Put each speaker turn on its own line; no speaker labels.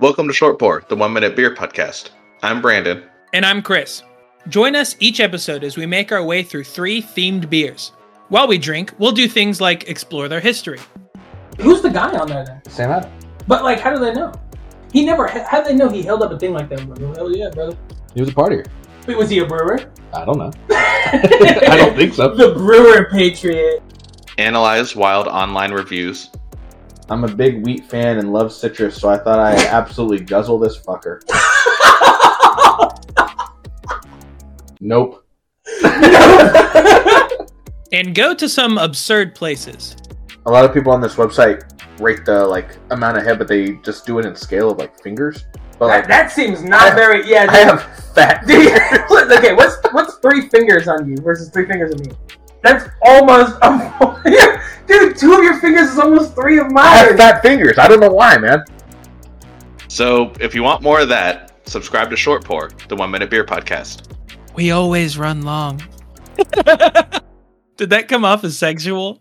Welcome to Short Pour, the one minute beer podcast. I'm Brandon.
And I'm Chris. Join us each episode as we make our way through three themed beers. While we drink, we'll do things like explore their history.
Who's the guy on there then?
Sam Adams.
But like, how do they know? He never. How do they know he held up a thing like that? Bro? Hell yeah, brother.
He was a partier.
Wait, was he a brewer?
I don't know. I don't think so.
The brewer patriot.
Analyze wild online reviews.
I'm a big wheat fan and love citrus, so I thought I'd absolutely guzzle this fucker. Nope.
And go to some absurd places.
A lot of people on this website rate the like amount of head, but they just do it in scale of like fingers. But
that,
like,
that seems not
I-
very. Yeah.
I have fat.
dude. What- okay, what's what's three fingers on you versus three fingers on me? That's almost. A, dude, two of your fingers is almost three of
I have
mine.
fat fingers. I don't know why, man.
So, if you want more of that, subscribe to Short Pour, the one minute beer podcast.
We always run long. Did that come off as sexual?